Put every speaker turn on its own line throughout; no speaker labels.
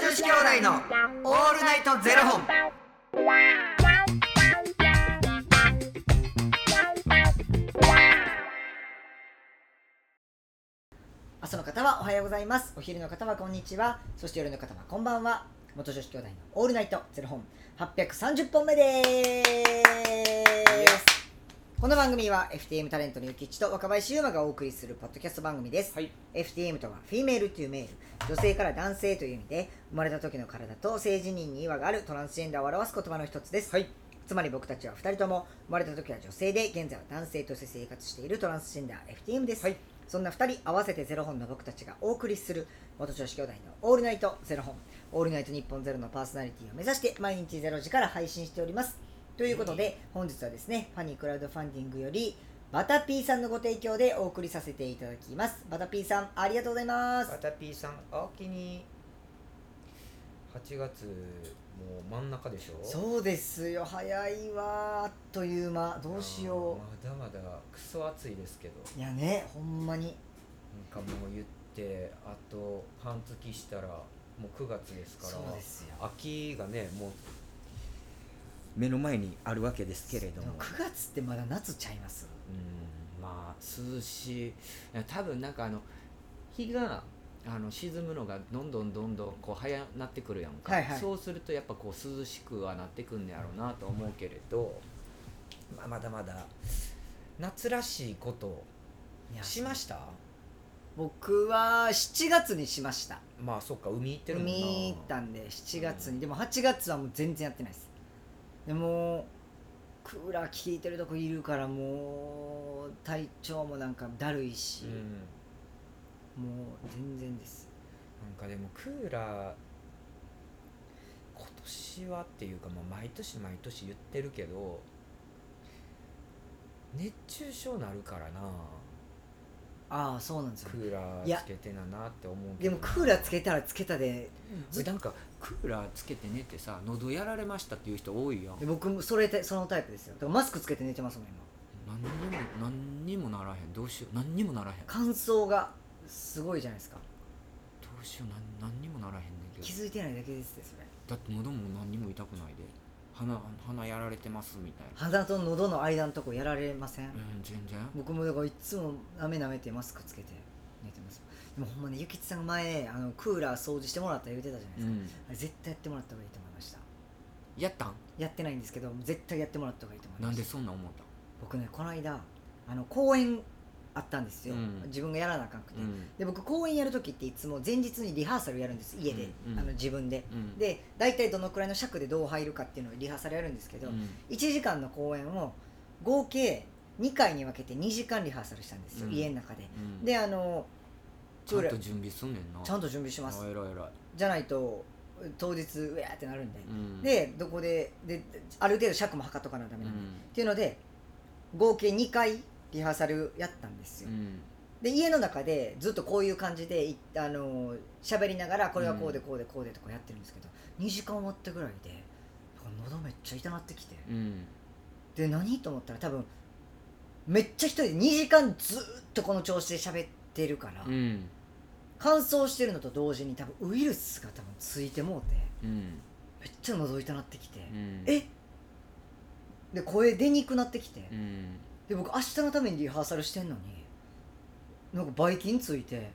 子兄弟のオールナイトゼロ本。
朝の方はおはようございますお昼の方はこんにちはそして夜の方はこんばんは元女子兄弟のオールナイトゼロ本830本目ですこの番組は FTM タレントのゆきちと若林優馬がお送りするポッドキャスト番組です、
はい
FTM とはフィメールというメール女性から男性という意味で生まれた時の体と性自認に違和があるトランスジェンダーを表す言葉の一つです、
はい
つまり僕たちは2人とも生まれた時は女性で現在は男性として生活しているトランスジェンダー FTM です、
はい
そんな2人合わせてゼロ本の僕たちがお送りする元女子兄弟の「オールナイトゼロ本」「オールナイト日本ゼロのパーソナリティを目指して毎日ゼロ時から配信しておりますということで本日はですねファニークラウドファンディングよりバタピーさんのご提供でお送りさせていただきますバタピーさんありがとうございます
バタピーさんおきに8月もう真ん中でしょ
そうですよ早いわあっという間どうしよ
あーまだまだクソ暑いですけど
ういやねほんまに
なんかもう言ってあと半月したらもう9月ですから
そうですよ
秋がねもう目の前にあるわけですけれども
9月ってまだ夏ちゃいます
うんまあ涼しいいや多分なんかあの日があの沈むのがどんどんどんどんこう早なってくるやんか、
はいはい
そうするとやっぱこう涼しくはなってくんねやろうなと思うけれど、まあ、まだまだ夏らしいことを
いや
しました
僕は7月にしました
まあそっか海行ってるもんな
海行ったんで7月に、
うん
でも8月はもう全然やってないですでもクーラー効いてるとこいるからもう体調もなんかだるいし
う、ん
もう全然です
なんかでもクーラー今年はっていうか、まあ、毎年毎年言ってるけど熱中症なるからな
ああそうなんですよ
クーラ
いや
ーつけてななって思うけ
で
ど
もクーラーつけたらつけたでず
ずなんかクーラーつけて寝てさ喉やられましたっていう人多いやん
で僕もそれでそのタイプですよだからマスクつけて寝てますもん今
何にも何にもならへんどうしよう何にもならへんど
乾燥がすごいじゃないですか
うしよう何何にもならへんねんけど
気づいてないだけですってそれ
だって喉も何にも痛くないで鼻鼻やられてますみたいな
鼻と喉の間のとこやられません、
うん全然
僕もだからいつもなめなめてマスクつけて寝てますでもほんまねゆきちさんが前あのクーラー掃除してもらった言うてたじゃないで
う
すか、あ
ん
れ絶対やってもらった方がいいと思いました
やったん
やってないんですけど絶対やってもらった方がいいと思いま
な
し
ん
た
でそんなん思った
僕ねこの間あの公演あったんですよ、
うん
自分がやらなあかんくて、
ん
で僕公演やる時っていつも前日にリハーサルやるんです家で、
うんうん
あの自分で、
うん
で大体どのくらいの尺でどう入るかっていうのをリハーサルやるんですけど、
うん
1時間の公演を合計2回に分けて2時間リハーサルしたんですよ、
うん
家の中で、
うん
であの
ちゃんと準備すんねんな
ちゃんと準備します
あ偉い偉い
じゃないと当日うわーってなるんで、
うん
でどこでである程度尺も測っとかなダ
う
メ
ん
なんで、っていうので合計2回リハーサルやったんですよ、
うん
で家の中でずっとこういう感じでいあのー喋りながらこれはこうで
うん
こうでこうでとかやってるんですけど、2時間終わったぐらいでなんか喉めっちゃ痛なってきて、
うん
で何と思ったら多分めっちゃ一人で2時間ずーっとこの調子で喋ってるから、
うん
乾燥してるのと同時に多分ウイルスが多分ついてもうて
うん
めっちゃ覗いたなってきて、
うん
えで声出にくなってきて、
うん
で僕明日のためにリハーサルしてんのになんかばい菌ついて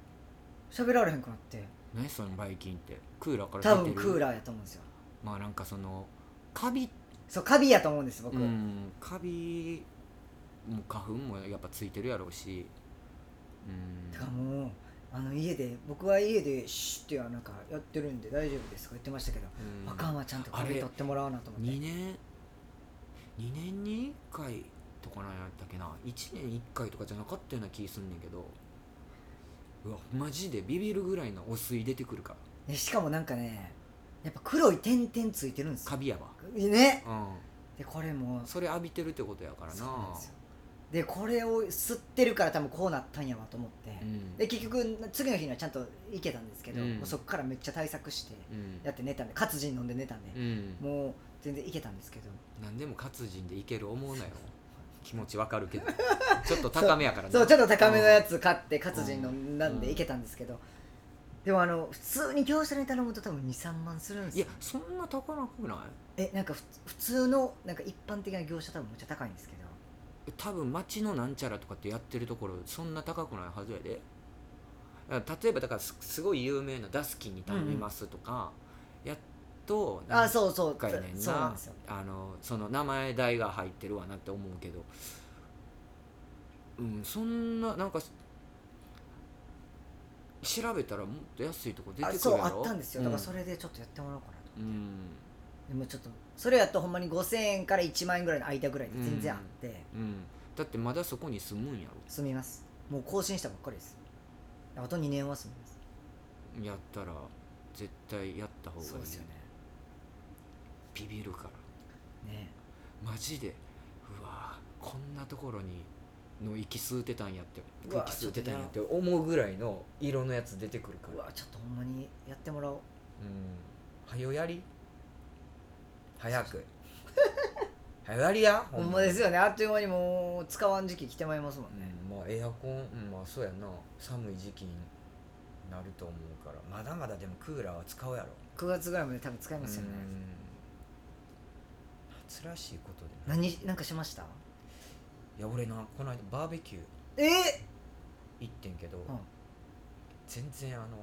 喋られへんくなって
何そのばい菌ってクーラーから
多
出
分
てる
クーラーやと思うんですよ
まあなんかそのカビ
そうカビやと思うんです僕、
うんカビも花粉もやっぱついてるやろうしう
だから
ん
もうあの家で僕は家でシュッてなんかやってるんで大丈夫ですとか言ってましたけど
うん
あかんわちゃんとカビ取ってもらわなと思って
2年2年に1回とかなんやったっけな1年1回とかじゃなかったような気すんねんけどうわマジでビビるぐらいのお水出てくるから
ねしかもなんかねやっぱ黒い点々ついてるんです
カビやわ
よね
う
でこれも
んそれ浴びてるってことやからな
そうなんですよでこれを吸ってるから多分こうなったんやわと思って、
うん
で結局次の日にはちゃんと行けたんですけど、
うん
もうそこからめっちゃ対策して
うん
やって寝たんで活人飲んで寝たんで
う、ん
もう全然行けたんですけど
何でも活人でいける思 うなよ気持ちわかるけどちょっと高めやからな
そうちょっと高めのやつ買って活人飲んだん
う
で
ん
行けたんですけど、でもあの普通に業者に頼むと多分23万するんです
いや
よ
そんな高なくない
えなんかふ普通のなんか一般的な業者多分めっちゃ高いんですけど
多分町のなんちゃらとかってやってるところそんな高くないはずやでだから例えばだからすすごい有名なダスキンに頼みますとか、やっと
あそうそう
かいねんな
そうなんですよ
あのその名前代が入ってるわなって思うけどうんそんななんか調べたらもっと安いとこ出て
あ
くるやろ
そうあったんですよだから
うん
それでちょっとやってもらおうかなと、
うん
でもちょっとそれやとほんまに5000円から1万円ぐらいの間ぐらいで全然あって、
うんだってまだそこに住むんやろ
住みますもう更新したばっかりですあと2年は住みます
やったら絶対やった方がいいビビるから
ね
マジでうわこんなところにの息吸うてたんやって
うわ
空気吸うてたんやって思うぐらいの色のやつ出てくるか
う
ら
わちょっとほんまにやってもらおう
うんはよやり早 くはよやりや
ほんまです
よ、
よねあっという間にもう使わん時期来てまいりますもんね、
うん、まあエアコン、うん、まあそうやな寒い時期になると思うからまだまだでもクーラーは使うやろ
9月ぐらいまで多分使いますよね、
うん夏らしいことでない
何なんかしました
いや俺なこの間バーベキュー
え
行ってんけど、
うん
全然あの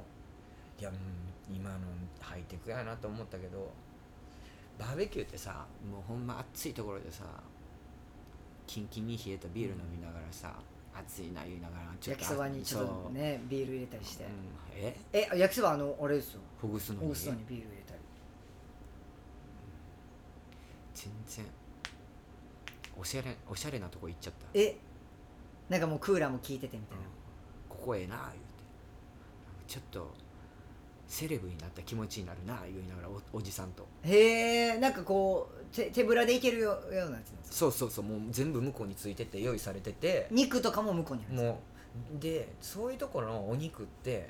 いやうん今のハイテクやなと思ったけどバーベキューってさもうほんま暑いところでさキンキンに冷えたビール飲みながらさ暑いな言いながら
焼きそばにちょっと、ねビール入れたりし
そ
て、
ううん、え
え焼きそばあのあれですよ
ほぐすの
オ
に
ーストにビール入れたり
全然おしゃれおしゃれなとこ行っちゃった
えなんかもうクーラーも効いててみたいな、
ここええなあ言うてちょっとセレブになった気持ちになるなあ言いながらおおじさんと
へえんかこう手手ぶらでいけるようなやつなんですか
そうそうそうもう全部向こうについてて用意されてて
肉とかも向こうにあるんです
もうでそういうところのお肉って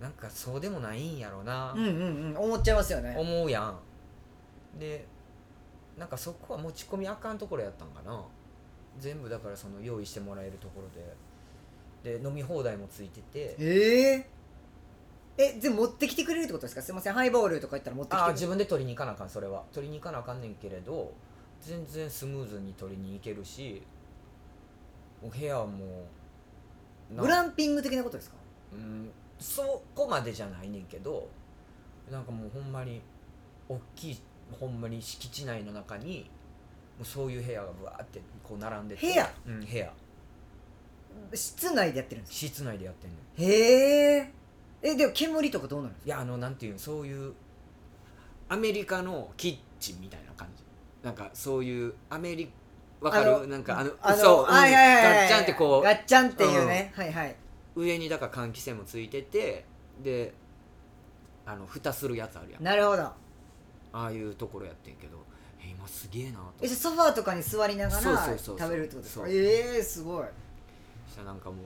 なんかそうでもないんやろな
か、うんうんうん思っちゃいますよね
思うやんでなんかそこは持ち込みあかんところやったんかな全部だからその用意してもらえるところでで飲み放題もついてて
えええ全部持ってきてくれるってことですかすいませんハイボールとか言ったら持ってきて
あ
く
あ
れる
自分で取りに行かなあかんそれは取りに行かなあかんねんけれど全然スムーズに取りに行けるしお部屋もな
グランピング的なことですか
うんそこまでじゃないねんけどなんかもうほんまに大きいほんまに敷地内の中にもうそういう部屋がぶわーってこう並んでて
部屋、
うん、部屋
室内でやってるんですか
室内でやってんねん
へええでも煙とかどうなるんです
いやあのなんていうんそういうアメリカのキッチンみたいな感じなんかそういうアメリわか
あの
るなんかあの
か
そう、うんガ
はいはいはいはい
ッチャンってこ
ガッチャンっていうね、はいはいう
上にだから換気扇もついててであの蓋するやつあるやん
なるほど
ああいうところやってんけどえ今すげえなと思って
えじゃあソファーとかに座りなが
そう
ら
そうそうそう
食べるってことですか
そう
ええー、すごい
そしたらなんかも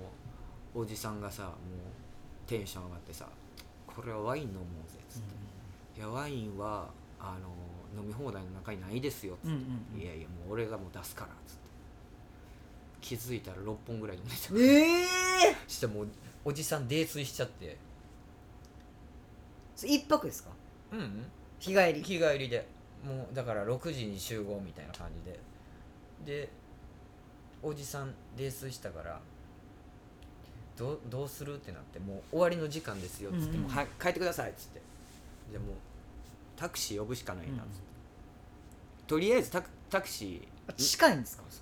うおじさんがさもうテンション上がってさ「これはワイン飲もうぜ」っつって「いやワインはあの飲み放題の中にないですよ」っつ
う
っ
ん
て
うんうん
「いやいやもう俺がもう出すから」っつって気づいたら6本ぐらい飲んでた
ええ
そしてもうおじさん泥酔しちゃって
それ一泊ですか
うんうん
日帰り
日帰りでもうだから6時に集合みたいな感じででおじさん泥酔したからどうどうするってなってもう終わりの時間ですよっつって、
うんうん
もうはい帰ってくださいっつってじゃあもうタクシー呼ぶしかないなっつって、とりあえずタクタクシ
あ近いんですか
ー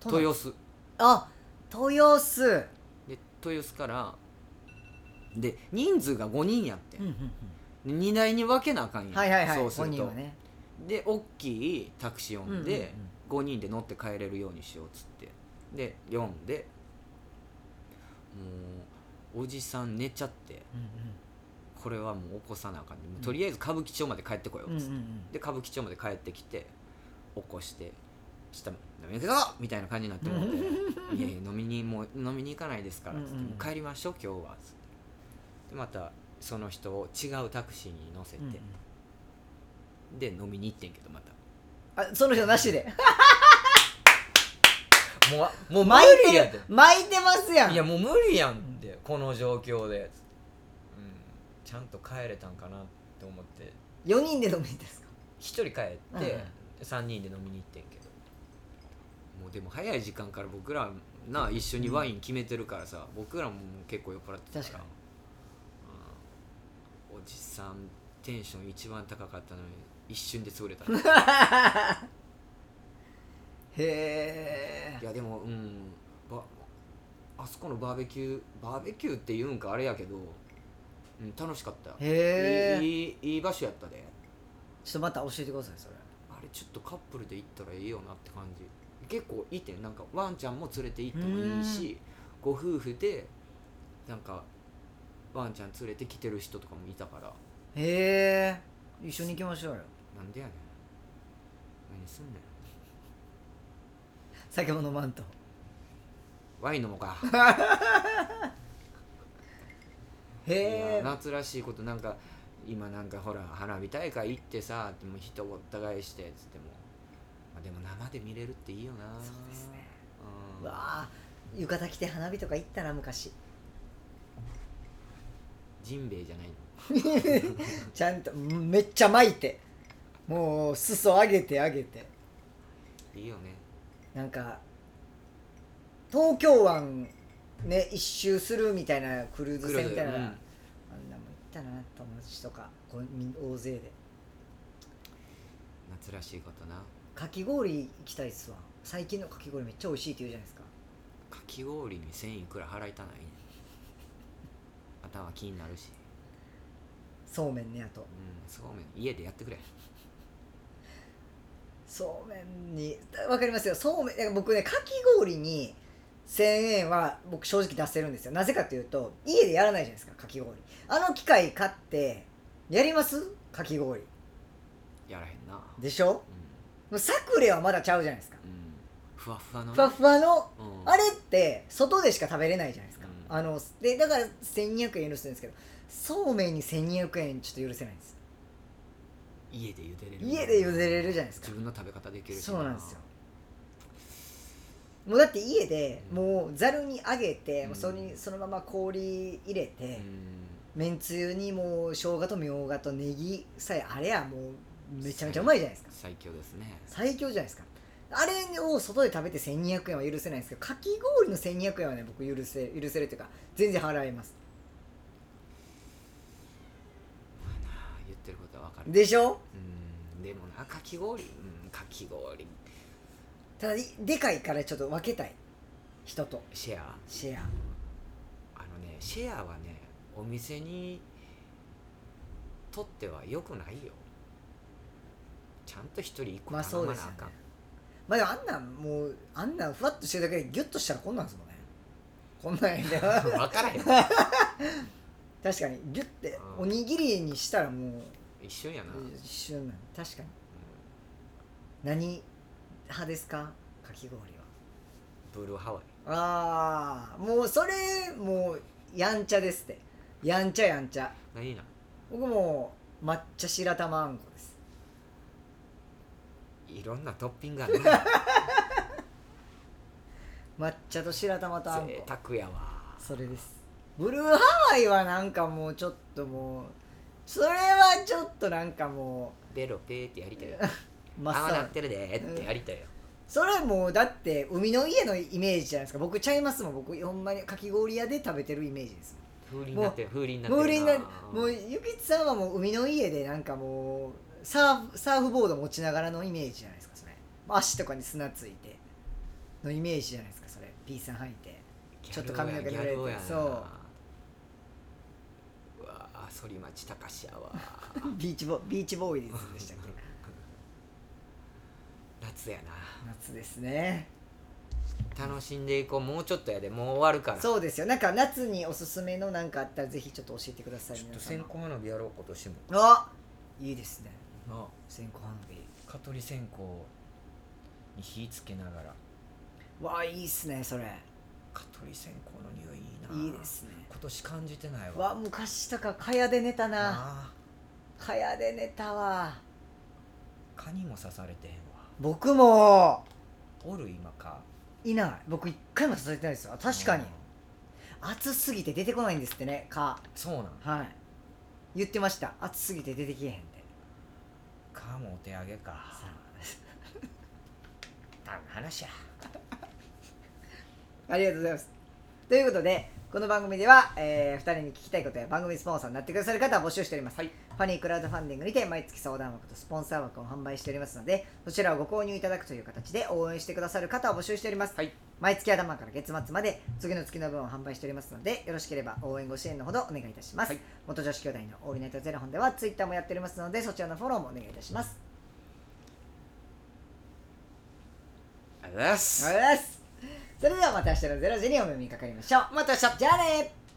都内
豊洲
あ豊洲
で豊洲からで人数が5人やって、2台に分けなあかんやん
はいはいはい
そうす
5
る
人
と、
はね
で大きいタクシー呼んで、
うんうんうん
5人で乗って帰れるようにしようっつってで読んでもうおじさん寝ちゃってこれはもう起こさなあかんで、もうとりあえず歌舞伎町まで帰ってこようっつって、で歌舞伎町まで帰ってきて起こしてしたら「飲みに行くぞ!」みたいな感じになってもうて「いやいや飲みにもう飲みに行かないですから」っつって
うんうんうん
もう帰りましょう今日は」っつってでまたその人を違うタクシーに乗せて、で飲みに行ってんけどまた。
あその人なしで
もうもう
巻い
無理
て
や
る
で
巻いてますやん
いやもう無理やんってこの状況で、うん、ちゃんと帰れたんかなって思って
4人で飲みに行ったんですか
一人帰って
うんうん
3人で飲みに行ってんけどもうでも早い時間から僕らな一緒にワイン決めてるからさ、僕らももう結構酔っ払ってた
確
か
からに
うんおじさんテンション一番高かったのに一瞬 で潰れた
へ
いやでもうんばあそこのバーベキューバーベキューっていうんかあれやけど、うん、楽しかった
えへえ
いいいいい場所やったで
ちょっとまた教えてくださいそれ
あれちょっとカップルで行ったらいいよなって感じ結構いてなんかワンちゃんも連れて行ってもいいしご夫婦でなんかワンちゃん連れてきてる人とかもいたから
へえ一緒に行きましょうよ
なんでやねん何すんねん
酒も飲まんと
ワイン飲もうか
へ
いや
え
夏らしいことなんか今なんかほら花火大会行ってさでも人ごった返してっつっても、まあ、でも生で見れるっていいよな
そうですね
うん
わあ浴衣着て花火とか行ったな昔
ジンベエじゃないの
ちゃんとうんめっちゃ巻いてもう裾上げて上げて
いいよね
なんか東京湾ね一周するみたいなクルーズ船みたいな、
う
あん
ん
なもん行ったな友達とかこうみん大勢で
夏らしいことな
かき氷行きたいっすわ最近のかき氷めっちゃ美味しいって言うじゃないですか
かき氷に1000いくら払いたないねん頭気になるし、
そうめんねあと
うん、そうめん家でやってくれ
そうめんにわかりますよそうめんだから僕ねかき氷に1000円は僕正直出せるんですよなぜかというと家でやらないじゃないですかかき氷あの機械買ってやりますかき氷
やらへんな
でしょ
う
もうサクレはまだちゃうじゃないですか
ん、うん、ふわふわの
ふわふわの
うん、
あれって外でしか食べれないじゃないですか、
うん
あのでだから1200円許すんですけどそうめんに1200円ちょっと許せないんです
家で茹でれる
家で茹でれるじゃないですか
自分の食べ方できるし
そうなんですよもうだって家で
うん
もうざるにあげて、
うん
もうそれにそのまま氷入れて、
うん
めんつゆにもう生姜とみょうがとネギさえあれやもうめちゃめちゃうまいじゃないですか
最強ですね
最強じゃないですかあれを外で食べて1200円は許せないんですけどかき氷の1200円はね僕許せ許せるというか全然払います
ああ言ってることはわかる
でしょ
うんでもなかき氷、うん、かき氷
ただいでかいからちょっと分けたい人と
シェア
シェア
あのねシェアはねお店にとっては良くないよちゃんと一人一個
まあそ
頼
う
ま
で
な
す
あ
よね
かん、
まあでもあんなんもうあんなんふわっとしてるだけでギュッとしたらこんなんですもんねこんなんやね
分からへん
確かにギュッて
うん
おにぎりにしたらもう
一緒やな、うん
一瞬なん確かに何派ですかかき氷は
ブルーハワイ
ああもうそれもうやんちゃですってやんちゃやんちゃ
何なん
僕もう抹茶白玉あんこです
いろんなトッピングあ るな
抹茶と白玉とあんこ
贅沢やわ
それですブルーハワイはなんかもうちょっともうそれはちょっとなんかも
ベロペーってやりたいよ
う真
ああ
っ
な
青
ってるでーってやりたいよ、
それもうだって海の家のイメージじゃないですか僕ちゃいますもん僕ほんまにかき氷屋で食べてるイメージです
風鈴になってる風鈴になってる
もう俺な
あー
もうゆきつさんはもう海の家でなんかもうサーフサーフボード持ちながらのイメージじゃないですかそれ足とかに砂ついてのイメージじゃないですかそれ P さん履いて
ギャル
ちょっと髪の毛濡れて
ギャルやな
そう
うわあ反町隆史やわ
ビーチボビーチボーイズでしたっ け
夏やな
夏ですね
楽しんでいこうもうちょっとやでもう終わるから
そうですよなんか夏におすすめのなんかあったらぜひちょっと教えてください
ちょっ
皆
と
さん
線香花火やろう今年も
あいいですね
な
線香花火
あ蚊取り線香に火つけながら
わあいいっすねそれ
蚊取り線香の匂いいいない
いですね
今年感じてないわ
わあ昔とか蚊帳で寝たな
なあ
蚊帳で寝たわ
蚊にも刺されてへんわ
僕も
おる今蚊
いない僕一回も刺されてないですよ確かに
うん
暑すぎて出てこないんですってね蚊
そうなん
はい言ってました暑すぎて出てきえへんって
かもお手上げか
さ
たん話や
あありがとうございますということでこの番組では、え2人に聞きたいことや番組スポンサーになってくださる方を募集しております、
はい
ファニークラウドファンディングにて毎月相談枠とスポンサー枠を販売しておりますのでそちらをご購入いただくという形で応援してくださる方を募集しております、
はい
毎月頭から月末まで次の月の分を販売しておりますのでよろしければ応援ご支援のほどお願いいたします、
はい
元女子兄弟のオールナイトゼロ本ではツイッターもやっておりますのでそちらのフォローもお願いいたします
ありがとうございます
ありがとうございますそれではまた明日の0時にお目にかかりましょうまた明日じゃあね